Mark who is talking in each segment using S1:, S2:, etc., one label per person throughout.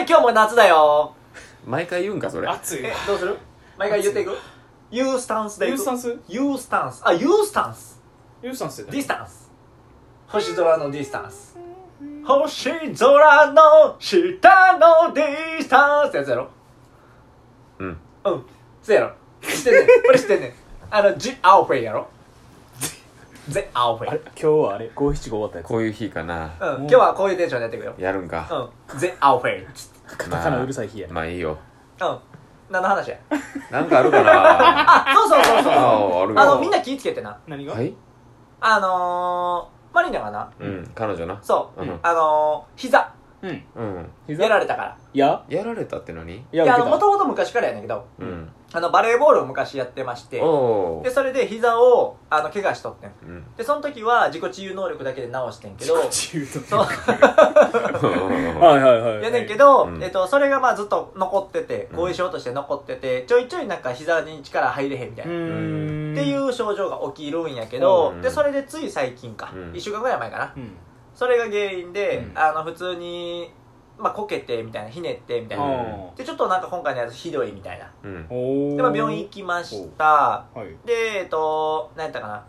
S1: い今日も夏だよ
S2: 毎回言うんかそれ
S3: 熱いわ
S1: えどうする毎回言っていく U スタンスでい
S3: ユ
S1: く
S3: ースタンス
S1: U スタンスあ U スタンス
S3: ユースタンスって
S1: デ
S3: 何
S1: ィスタンス星空のディスタンス星空の下のディスタンスってやつやろ
S2: うん
S1: うんそうやろ知 ってんねん俺知ってんねんあの G アオフェイやろ ゼアオフェイ
S4: 今日はあれ五七五終わったやつ
S2: こういう日かな
S1: うん今日はこういうテンションでやっていくよ
S2: やるんか
S1: うんゼアオフェイつって
S4: カタカナうるさい日や
S2: まあいいよ
S1: うん何の話や
S2: なんかあるか な
S1: あそうそうそうそう
S2: ああるよ
S1: あのみんな気ぃつけてな
S3: 何が
S2: はい
S1: あのー、マリナがな
S2: うん彼女な
S1: そう、
S2: うん
S1: あのー、膝
S4: うん
S2: うん
S4: 膝
S1: やられたから
S4: や
S2: やられたって何
S4: いや
S1: いやあの
S4: 受け
S1: も
S4: た
S1: ともと昔からやねんけど
S2: うん
S1: あのバレーボールを昔やってまして
S2: お
S1: で
S2: ー
S1: それで膝をあの怪我しとってん
S2: うん
S1: でその時は自己治癒能力だけで治してんけど
S3: 中 途
S1: そう
S4: はいはいはい
S1: やねんけど、
S2: うん
S1: えっと、それがまあずっと残ってて
S2: うん
S1: 後遺症として残っててちょいちょいなんか膝に力入れへんみたいな、
S4: うーん
S1: っていう症状が起きるんやけど、
S2: うん
S1: でそれでつい最近か、
S2: うん
S1: 1週間ぐらい前かな
S4: うん
S1: それが原因で、
S2: うん
S1: あの普通に、まあ、こけてみたいなひねってみたいな、
S2: うん
S1: でちょっとなんか今回のやつひどいみたいな
S2: うん
S4: お
S1: で、まあ、病院行きました
S4: はい
S1: でえっと何やったかな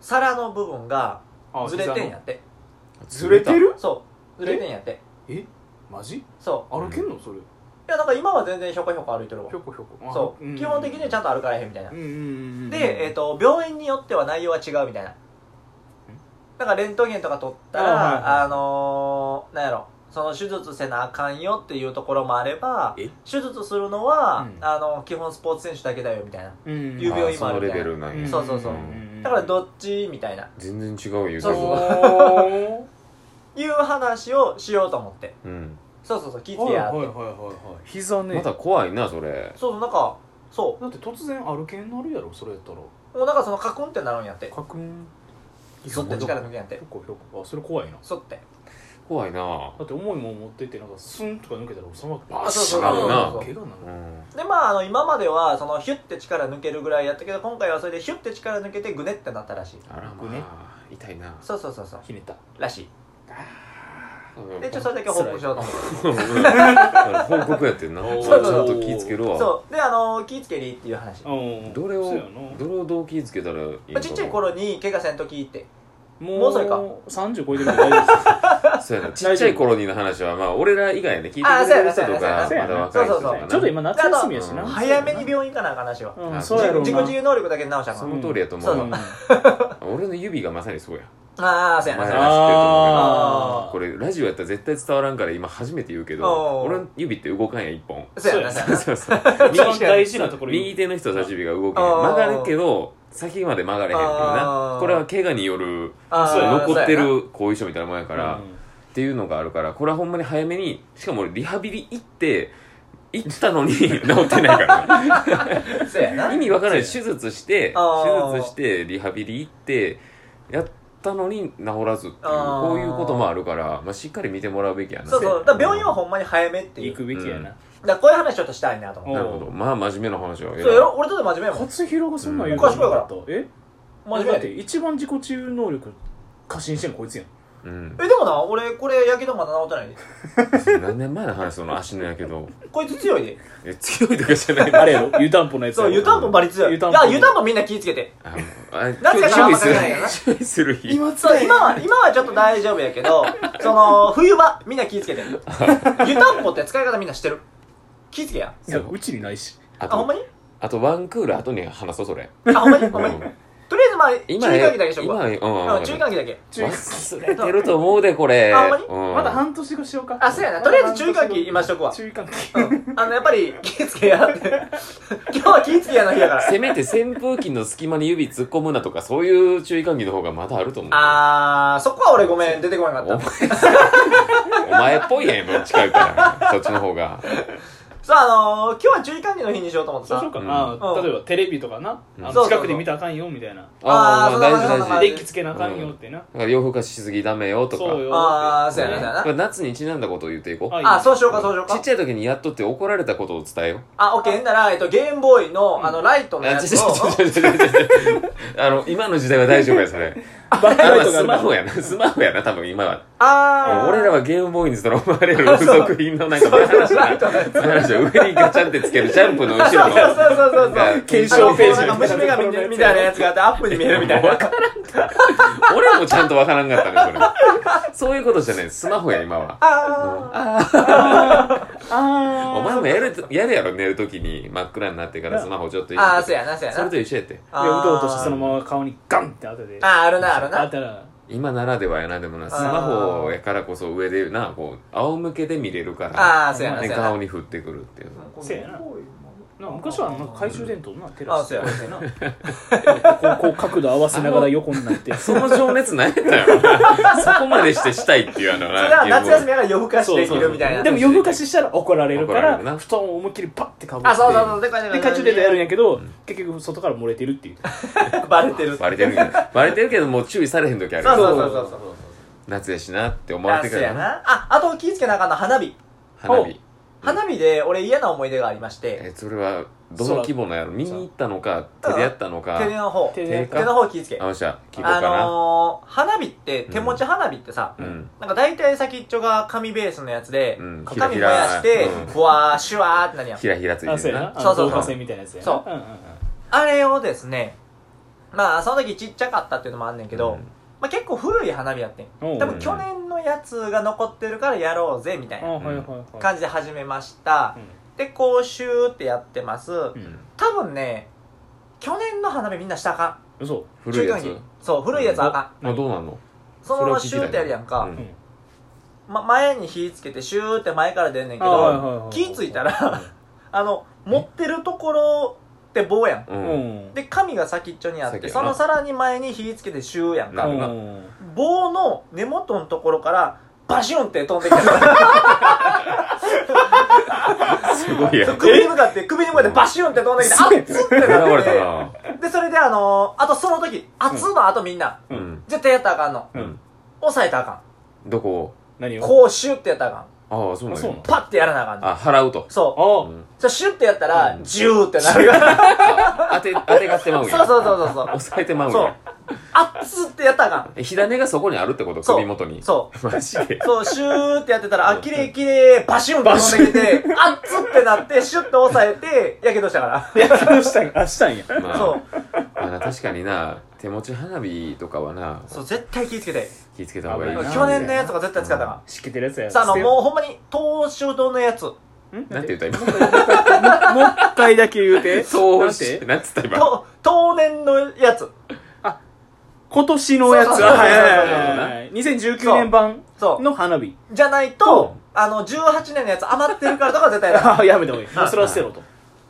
S1: 皿の部分が
S3: あ
S1: ずれてんやって
S4: ずれてる
S1: そうずれてんやって
S4: マジ
S1: そう
S3: 歩けんのそれ
S1: いやなんか今は全然ひょこひょこ歩いてるわ
S3: ひょこひょこあ
S1: そう、
S3: ん
S1: 基本的にはちゃんと歩かれへんみたいな、
S4: うんうんうん
S1: で、えっと病院によっては内容は違うみたいななんかレントゲンとか取ったら
S4: あ
S1: あ,、
S4: はいはい
S1: のー、なんやろその手術せなあかんよっていうところもあれば
S4: え
S1: 手術するのは、
S4: うん
S1: あの基本スポーツ選手だけだよみたいな
S4: うん
S1: 指を
S2: あーそのレベルなんや
S1: そうだからどっちみたいな
S2: 全然違うよ
S1: そうそう
S4: お
S1: いう話をしようと思って
S2: うん
S1: そうそうそう聞い
S4: ー
S1: てやって、
S4: はいはいはいはいはい
S3: 膝ね
S2: まだ怖いなそれ
S1: そうそうなんかそ
S4: だって突然歩けんなるやろそれやったら
S1: うもうなんかそのカクンってなるんやって
S4: カクン
S1: そって力抜けんやっ
S4: ひ
S1: て
S4: ょこひょこあそれ怖いな
S1: そって
S2: 怖いな
S4: だって重いもん持っててなんかスンとか抜けたらそのまま
S1: あ
S4: バ
S1: そう
S4: シ
S1: そう
S2: そう
S4: ッ
S1: そう
S4: 怪我にな
S2: う
S4: る
S2: ん
S1: でまああの今まではそのヒュッて力抜けるぐらいやったけど今回はそれでヒュッて力抜けてグネってなったらしい
S2: あら
S4: ね
S2: まあ痛いな
S1: そうそうそうそう
S4: ひねった
S1: らしいでちょっとそれだけ報告しようと思って
S2: うん報告やっ てんな
S4: おー
S2: ちゃんと気ぃつけるわ
S1: そうであの気ぃつけりっていう話
S4: うん
S2: どれをどれをどう気ぃつけたらいいのか
S1: まあ
S2: な
S1: ちっちゃい頃に怪我せんときって
S4: も
S1: もうそれか
S4: 30超えてるから大丈夫です
S2: そうやなちっちゃい頃にの話はまあ俺ら以外やね聞いて
S1: あー
S2: く
S1: そう
S2: れ
S1: や
S2: る
S1: な
S2: 人とか
S4: そうや
S2: ま
S4: な
S2: だ若い人と
S1: そうや
S2: かな
S1: な
S4: ちょっと今夏休みやし
S2: う
S4: な。
S2: ん
S1: 早めに病院行かなあかん話は
S4: う
S2: あ
S4: ん、そうやろうな。
S1: 自己自由能力だけ直したんか
S2: そ
S1: な
S2: の通りやと思
S4: う
S2: うん
S1: そ
S2: わ
S1: う
S2: 俺の指がまさにそうや
S1: ああそう
S2: お
S1: や
S2: 前
S1: な
S2: ら
S1: そう
S2: 知ってる
S1: や
S2: と
S1: な
S2: 思う
S4: あー
S2: けどこれラジオやったら絶対伝わらんから今初めて言うけど
S1: おー
S2: 俺の指って動かんや 一本
S1: そうやなそうやな
S2: そうそう
S4: 一番大事なところ
S2: 右
S4: に。
S2: 手の人差し指が動けへん
S1: あー
S2: 曲がるけど先まで曲がれへんっていう
S1: あ
S2: な
S1: ー
S2: これは怪我による
S1: あー
S4: そうやな
S2: 残って
S1: そうや
S2: る後遺症みたいなもんやから、っていうのがあるからこれはほんまに早めにしかも俺リハビリ行って行ったのに 治ってないから
S1: なそうや
S2: ね
S1: な
S2: 意味わからない手術して
S1: あー
S2: 手術してリハビリ行ってやったのに治らずっていう
S1: あー
S2: こういうこともあるから、まあ、しっかり見てもらうべきやな
S1: そうそうだから病院はほんまに早めっていう
S4: 行
S1: だか
S4: くべきやな。
S1: らこういう話ちょっとしたいなと思
S2: なる
S1: っ
S2: ほどまあ真面目な話は
S1: てそうやろ俺ちょっと真面目やもん
S4: 勝弘がそんなん言う
S1: うん賢いから
S4: と。え
S1: 真面目
S4: だ
S1: や
S4: っ
S1: で
S4: て一番自己治癒能力過信してんのこいつやん。
S2: うん、
S1: えでもな俺これやけどまだ治ってないで
S2: 何年前の話その足のやけど
S1: こいつ強いで
S2: え強いとかじ ゃないの
S4: あれやろ湯たんぽのやつや
S1: そう
S4: ろ
S1: 湯たんぽバリ強いい
S4: 湯たんぽ
S1: や湯たんぽみんな気ぃつけて
S2: あのあれ
S1: 夏やからあん
S2: 注意
S1: ます関係ないよな
S2: る注意する日
S4: 今
S1: そ
S4: 使
S1: う今は今はちょっと大丈夫やけ どその冬場みんな気ぃつけて湯たんぽって使い方みんな知ってる気ぃつけや
S4: いや、うちにないし。
S2: あ
S1: あほんま
S2: と
S1: に
S2: あとワンクール後に話そうそれ
S1: あほんまにほんまに
S2: うん
S1: とりあえずまあ注意
S2: 今
S1: 喚起だけしとく
S2: 今
S1: わ
S2: うんうん
S1: う
S2: うん
S1: ん注意喚起だけ
S4: 注意
S2: 忘れてると思うでこれ
S1: あほんまに
S2: うん
S4: まだ半年後しようか。
S1: あそうやなとりあえず注意喚起今しとくわ
S4: 注意喚起。
S1: うんあのやっぱり気ぃつけやって 今日は気ぃつけやの日やから
S2: せめて扇風機の隙間に指突っ込むなとかそういう注意喚起の方がまだあると思う
S1: あーそこは俺ごめん出てこなか
S2: お
S1: っ
S2: 前
S1: た
S2: お前っぽいやんどっちか言うからそっちの 方が
S1: さああのー今日は注意喚起の日にしようと思って
S4: そうしよう
S1: さ
S4: か
S2: うん
S4: な。
S1: うん
S4: 例えばテレビとかな。
S2: うん
S4: あ
S1: そうそ
S4: の
S1: うそう
S4: 近くで見たらあかんよみたいな。
S1: あー
S2: ま大
S1: そん
S2: 事
S1: な
S2: 大
S1: 感じ
S2: 事
S4: 電気つけなあかんよってな。
S2: なんか洋風化しすぎダメよとか
S4: そうよ。
S1: あーそうやな
S4: ね
S1: そうや
S2: だから夏にちなんだことを言っていこう
S4: あ
S1: あそうしようかそうしよう
S2: ち
S1: か
S2: っちゃい時にやっとって怒られたことを伝えよう
S1: あ、オッケー。なら、えっと、ゲームボーイの、あの、ライトのや
S2: あ、ちょ
S1: つ
S2: ちょ
S1: を、
S2: ちょちょちょちょちょあの、今の時代は大丈夫や、それ。あ
S4: バックラ
S2: の、
S4: イトがあ
S2: ス
S4: る
S2: マホやな。スマホやな、多分今は。
S1: あー
S2: 俺らはゲームボーイにその生まれる付属品のなんかバラ
S1: そう
S2: シ
S1: そう
S2: な バラシを上にガチャンってつけるジャンプの後ろの
S1: そうそうそうそう
S2: なんか
S1: 検
S2: 検
S1: 証
S2: 証
S1: ペ
S2: ペ
S1: ー
S2: ー
S1: ジ
S2: ジ
S1: なんか虫眼鏡みたいなやつがあってアップに見えるみたいな
S2: 俺もちゃんとわからんかったねそれそういうことじゃないスマホや今は
S1: あ
S4: あ
S2: お前もやるやるやろ寝るときに真っ暗になってからスマホちょっと
S1: ー
S2: いじって
S1: あーそうやなそうやな
S2: それと一緒やって
S4: あ
S1: あー
S4: うとうとしてそのまま顔にガンって当てて
S1: あーあるなある
S4: 当
S1: な
S4: たら
S2: 今ならではやなでもなスマホやからこそ上でなこう仰向けで見れるから
S1: ああそうやなそう
S2: ね、
S1: やな
S2: 顔に降ってくるっていう
S4: そうやなな昔はなんか懐中電灯な照
S1: あ
S4: ら
S1: そうや
S4: してなこうこう角度合わせながら横に なって
S2: その情熱何やったんやろなそこまでしてしたいっていうあの
S1: それは夏休み
S2: み
S1: やから夜更かしできるみたいな
S4: でも夜更かししたら怒られるか
S2: 怒られ
S4: ら
S2: るな
S4: 布団を思いっきりパッてかぶって
S1: あそうそうそうで
S4: で懐中電灯やるんやけど結局外から漏れてるっていう
S1: バレてる
S2: バレてるけどバレてるけどもう注意されへん時ある
S1: そうそうそうそうそう
S2: 夏やしなって思わ
S1: あ
S2: れて
S1: そ
S2: か
S1: うや
S2: らな
S1: なああと気ぃつけなあかんの花火
S2: 花火
S1: 花火で俺嫌な思い出がありまして
S2: えそれはどの規模のやろ見に行ったのか手でやったのか
S1: 手の方手
S4: 手
S2: 手か
S1: の方気ぃつけ
S2: あのしゃ規模
S1: あ
S2: かな
S1: のー花火って手持ち花火ってさ、
S2: うん
S1: なんか大体先っちょが紙ベースのやつで、
S2: うん
S1: 紙燃やして、
S2: うん
S1: ふわーシュワーってなるやん
S2: ひらひらつ
S4: あ
S2: い
S4: そ
S2: て
S4: う
S2: る
S4: や
S2: な
S4: な
S1: そうそうそう
S4: あの導火線みたいなやつやな
S1: そうん
S4: んん
S1: あれをですねまあその時ちっちゃかったっていうのもあんねんけど、まあ、結構古い花火やってん
S4: うん
S1: 多
S4: う
S1: 分
S4: ん
S1: 去年のやつが残ってるからやろうぜみたい
S4: あ
S1: な
S4: はいはいはい
S1: 感じで始めましたでこうシューってやってます
S4: うんうん
S1: 多分ね去年の花火みんなしたらあか
S4: 嘘
S1: ん
S2: 古いや
S1: 中
S2: つ
S1: 間期そう古いやつはあかん、
S2: あどうなんの
S1: そのままシューってやるやんか、
S2: うん
S4: うん
S1: ま、前に火つけてシューって前から出んねんけ
S4: あはい
S1: ど
S4: はいはい
S1: 気ぃついたらあの持ってるところって棒やん
S2: う
S4: うんん
S1: で紙が先っちょにあって
S2: 先や
S1: そ
S2: な
S1: のさらに前に火つけてシューやん
S2: な
S1: か
S2: るな
S4: うん
S1: 棒の根元のところからバシュンって飛んできた
S2: す ご いやん現
S1: 首に向かって首に向かってバシュンって飛んできてあっつって
S2: れ
S1: なって
S2: たな
S1: でそれであのーあとその時熱の後みんな
S2: う
S4: うんん
S1: 絶対やったらあかんの
S2: うん
S1: 押さえたらあか
S2: どこ
S4: 何
S1: ん
S4: を
S1: こうシューってやったらあかん
S2: ああそう
S4: あ
S2: なん
S4: そ
S2: や
S4: うなの
S1: パッてやらなあかんの
S2: あ払うと
S1: そう
S4: あ
S2: うん
S1: じゃあシュッてやったら
S2: うん
S1: ジューってなるから
S2: 当て当てがってまう ん
S1: そう
S2: や
S1: そうそうそうそう
S2: 押さえてまうん
S1: そう
S2: や。
S1: あっつってやったらあかん。
S2: え火種がそこにあるってこと
S1: そう
S2: 首元に
S1: そう。
S2: マジで
S1: そう、シューってやってたら、あ、綺麗綺麗バシュンって飛んできて、あっつってなって、シュッと押さえて、やけどしたから。
S4: やけどしたんあしたんや
S2: ま あ
S1: そう。
S2: まあな確かにな手持ち花火とかはな
S1: そう、絶対気ぃつけて。
S2: 気ぃつけた方がいい
S4: 危ない
S1: 去年のやつが絶対使ったか
S4: しけてるやつや
S1: ら。さあ、あの、
S4: 捨て
S1: もうほんまに、東州堂のやつ。
S4: ん
S2: なんて言った
S4: もう一回だけ言うて。
S2: 今そう
S4: し。
S2: してなんつった今
S1: と、当年のやつ。
S4: 今年のやつ。
S1: そうそうそうそう
S4: はいはいはいはい。2019年版
S1: そう。
S4: の花火。
S1: じゃないと、あの、18年のやつ余ってるからとか絶対や らない
S4: ああ、やめた方がいい。もうそれは捨てろと。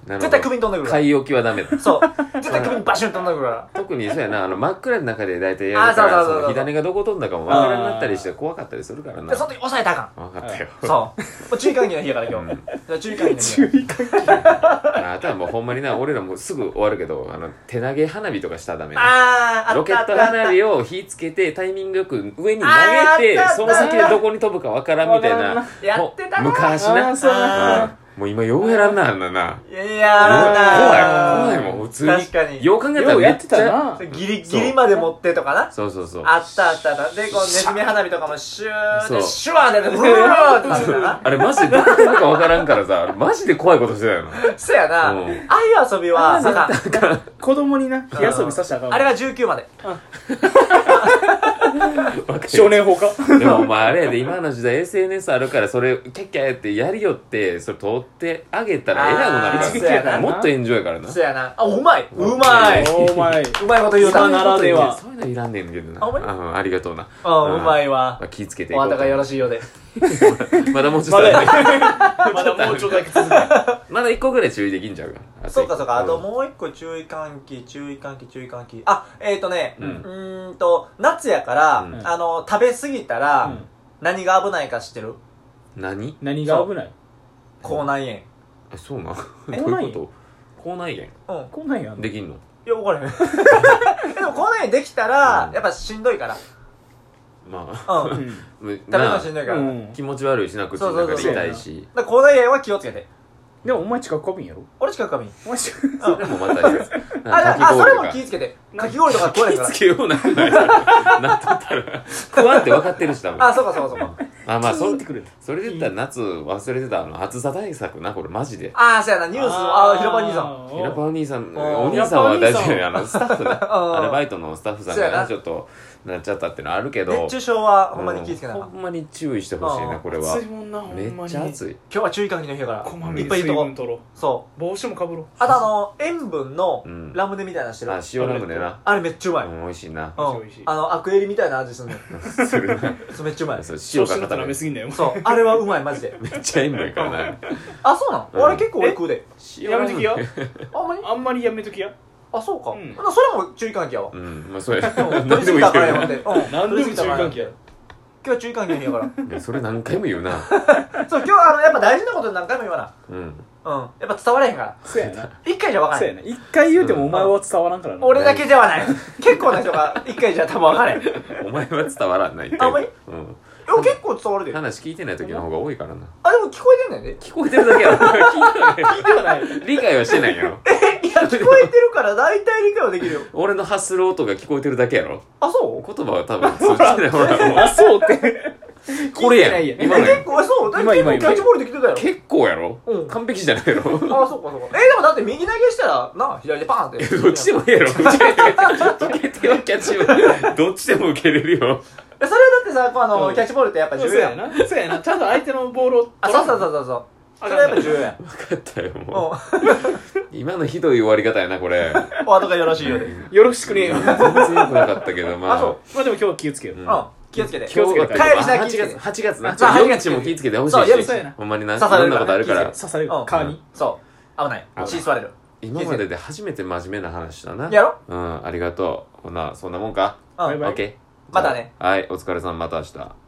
S2: なるほ
S1: 絶
S2: ど
S1: 対首に飛んでくるから。
S2: 買い置きはダメだ
S1: そう。絶対首にバシュン飛んでくるから。
S2: 特にそうやなあの真っ暗の中で大体やるか
S1: あそうそう
S2: ら
S1: そうそう
S2: その火種がどこ飛んだかもわからんなったりして怖かったりするからな
S1: で、その時押さえたらあかん。
S2: 分かったよ
S1: そう。もう注意喚起の日やから今
S2: うん
S1: 日。だから注意喚起の日や。
S4: 意喚
S2: あとはもうほんまにな俺らもうすぐ終わるけどあの手投げ花火とかしたらダメ
S1: あー、あった
S2: ロケット花火を火つけてタイミングよく上に投
S1: あー
S2: げて
S1: あったあった
S2: その先でどこに飛ぶかわからんみたい
S4: わからん
S2: な
S4: な
S1: や
S2: もう
S1: ってたな
S2: 昔な
S4: あーそうやな
S2: うんもう今ようやらんなあんなない
S1: やいや、あ
S2: 怖い
S1: らな
S2: 怖いもん普通に
S1: 確かに。
S2: よう考えた
S4: よ
S2: ら
S4: う
S2: め
S4: や
S2: っ
S4: って
S2: ち
S4: た
S2: ゃ
S4: な。
S1: ギリギリまで持ってとかな。
S2: そうそうそう
S1: あったあったあった。で、こう、ネズミ花火とかもシュー
S2: そ
S1: で、
S2: う
S1: シュワーで、 ブーってなるんだな。
S2: あれマジでどうなるかわからんからさあれマジで怖いことしてたよな
S1: そやな。あ
S2: うん
S1: あいう遊びは、あかん
S4: 子供にな、火遊びさせたらあかんわ
S1: あれは19まで。
S4: 少年法か。
S2: でもまああれやで今の時代 SNS あるからそれキャッキャやってやりよってそれ取ってあげたらえらくな
S1: あーそ
S2: る
S1: う
S2: か
S1: や
S2: ら
S1: な
S2: もっと炎上やからな
S1: そやな。あ、うまいうまい
S4: お前。
S1: うまいこと言うた
S4: 今ならでは
S2: そういうのいらんねんけどな
S1: あほんまに
S2: うんありがとうな
S1: うん、うまいわ
S2: まあ。気ぃつけてい
S1: お
S2: こう
S1: あたがよろ
S2: し
S1: しいようで。
S2: いまだもうちょ
S4: ま
S2: っと
S4: だ
S2: あるね、
S4: まだもうちょっとだけ続け
S2: まだ一個ぐらい注意できんちゃうか
S1: そうかそうか。あと
S2: う
S1: もう一個注意喚起、注意喚起、注意喚起。あ、えっとね、
S2: う
S1: うんーんと、夏やから、
S2: うん
S1: あの、食べ過ぎたら、
S4: うん
S1: 何が危ないか知ってる
S2: 何
S4: 何が危ない
S1: 口内
S2: あそうなん
S4: え
S2: どういうこと口内
S1: 炎。うん。
S4: こんなんやん
S2: 炎できんの
S1: いや、わからへん。えでも口内炎できたら、
S2: うん
S1: やっぱしんどいから。
S2: まあ
S1: うん。食
S4: うん。
S2: 食
S1: べるの しんどいから。
S4: う
S1: だか
S4: ん
S2: 気持ち悪いしな口の中で痛いし
S1: ら口内炎は気をつけて。
S4: でもお前近くかぶんやろ
S1: 俺近くかみ。
S4: お前近く
S2: それもまた
S1: あ
S2: かき
S1: あそ
S2: 氷
S1: れ
S2: と
S1: も
S2: か
S1: 気ぃつけてかき氷とか食わないか
S2: つけようなくな いなっとったら食わんって分かってるし多分
S1: らあそうかそうかそうか
S2: あまあ
S4: キー
S2: そ
S4: ンってくる
S2: それで言ったら夏忘れてたあの暑さ対策なこれマジで
S1: ああそうやなニュースああー広場兄さん
S2: 平パ
S4: ん
S2: お兄さん
S1: あー
S2: お兄さんは大丈
S4: 平
S2: 夫
S4: 場
S2: あのスタッフ
S1: あ
S2: な
S1: ー
S2: アルバイトのスタッフさん
S1: そうや
S2: が
S1: な
S2: ねちょっとなっちゃったってのはあるけど
S1: 熱中症はほんまに気ぃつけなあ
S2: ほ
S1: かん今
S2: んまに注意してほしい
S1: あ
S2: な
S1: ー
S2: これは
S4: 暑いもんなほんま
S2: め
S4: に
S2: っちゃ暑い
S1: 日は注意喚起の日やから
S4: こま
S1: い
S4: め
S1: っ
S4: に
S1: ぱいい
S4: 水
S1: るとこ
S4: 分取ろう
S1: そ
S4: 帽子もかぶろう
S1: うあとあの塩分の
S2: うん
S1: ラムネみたいなのしてる
S2: あ塩ラムネな
S1: あれめっちゃうまい、
S2: う
S1: うん
S2: ん美味しいな
S4: 美味しい美味しい
S1: あのアクエリみたいな味すんねん
S2: するな
S1: それめっちゃうまい
S2: そう
S4: 調
S2: 塩
S4: 子乗
S2: が
S4: ったら
S2: 固
S4: 舐
S2: め
S4: めすぎんだよ
S1: そうあれはうまいマジで
S2: めっちゃ塩分やからな
S1: あそうな
S2: うん
S1: の俺結構俺食うで
S2: 塩
S4: やめときや
S1: あほんまに
S4: あんまりやめときや
S1: あそうか、
S4: う
S1: な
S4: ん
S1: それも注意喚起やわ
S2: うんまあそれ
S1: うん
S2: 何
S1: 取り
S2: で
S1: す
S2: も
S1: ぎ
S2: い
S1: た
S2: いけ
S1: から
S2: ど
S1: や
S2: な
S1: もんてうん
S4: 何でも注意喚起
S1: 今
S4: や
S1: 日は注意喚起の日やから
S2: いやそれ何回も言うな
S1: そう今日はあのやっぱ大事なこと何回も言わな
S2: う
S1: う
S2: ん
S1: んやっぱ伝われへんから
S4: そうやな
S1: 一回じゃ分から
S4: そ
S1: へ
S4: うや
S1: ん
S4: な一回言うてもお前は伝わらんからな
S1: 俺だけじゃはない結構な人が一回じゃ多分分からへんいや
S2: お前は伝わらないって
S1: あんまり
S2: う
S1: 結構伝わるで
S2: ん話聞いてない時の方が多いからな
S1: あでも聞こえてんねんで
S2: 聞こえてるだけやろ聞いてな
S4: 聞いてはない
S2: い理解はしてないやろ
S1: いや聞こえてるから大体理解はできるよ
S2: 俺の発する音が聞こえてるだけやろ
S1: あそう
S2: 言葉は多分通じてないほらもう
S4: あそうって
S2: これやん
S4: 聞いて
S1: え
S2: 今のや
S1: 結構えそうだ
S4: 今
S1: 結
S4: 今
S1: 構キャッチボールできてたよ
S2: ん結構やろ
S1: うん
S2: 完璧じゃないやろ
S1: あそうかそうかえでもだって右投げしたらな左でパーンって
S2: どっちでもいいやろ受け手はキャッチはどっちでも受けれるよ
S1: えそれはだってさこうあの、
S4: うん
S1: キャッチボールってやっぱ重
S4: そう
S1: 要や
S4: や
S1: ん
S4: なそうやなちゃんと相手のボールを
S1: あそうそう
S4: う
S1: そうそうそうそれはやっぱ重要やん
S2: 分かったよも
S1: うん
S2: う今のひどい終わり方やなこれ
S1: お後がよろしいようで
S4: よろしくねえよ
S2: 全然良くなかったけどま
S1: あそ
S2: あ
S4: まあでも今日は気をつけよう
S2: うん
S1: うん気をつけて
S4: 気をつけて
S2: 今日
S1: 帰りしな
S2: あ
S1: 気をつけて
S2: 8月8月
S1: そう
S2: なちょっと
S1: 8
S2: 夜
S1: 月
S2: 道も気ぃつけてほしい
S1: そう夜
S2: し
S1: 道
S4: やな
S2: ほんまにない
S1: 刺され
S2: ろん
S1: る
S2: なことあるか
S1: 気
S2: ら
S1: をつ
S4: 刺される
S1: うん
S4: 顔に
S1: そう危ない
S2: 危ない
S1: 血吸われる
S2: 今までで初めて真面目な話だな
S1: やろ
S2: うんありがとうほなそんなもんか
S1: うん
S4: バイバイ
S2: オッケー
S1: またね
S2: はいお疲れさんまた明日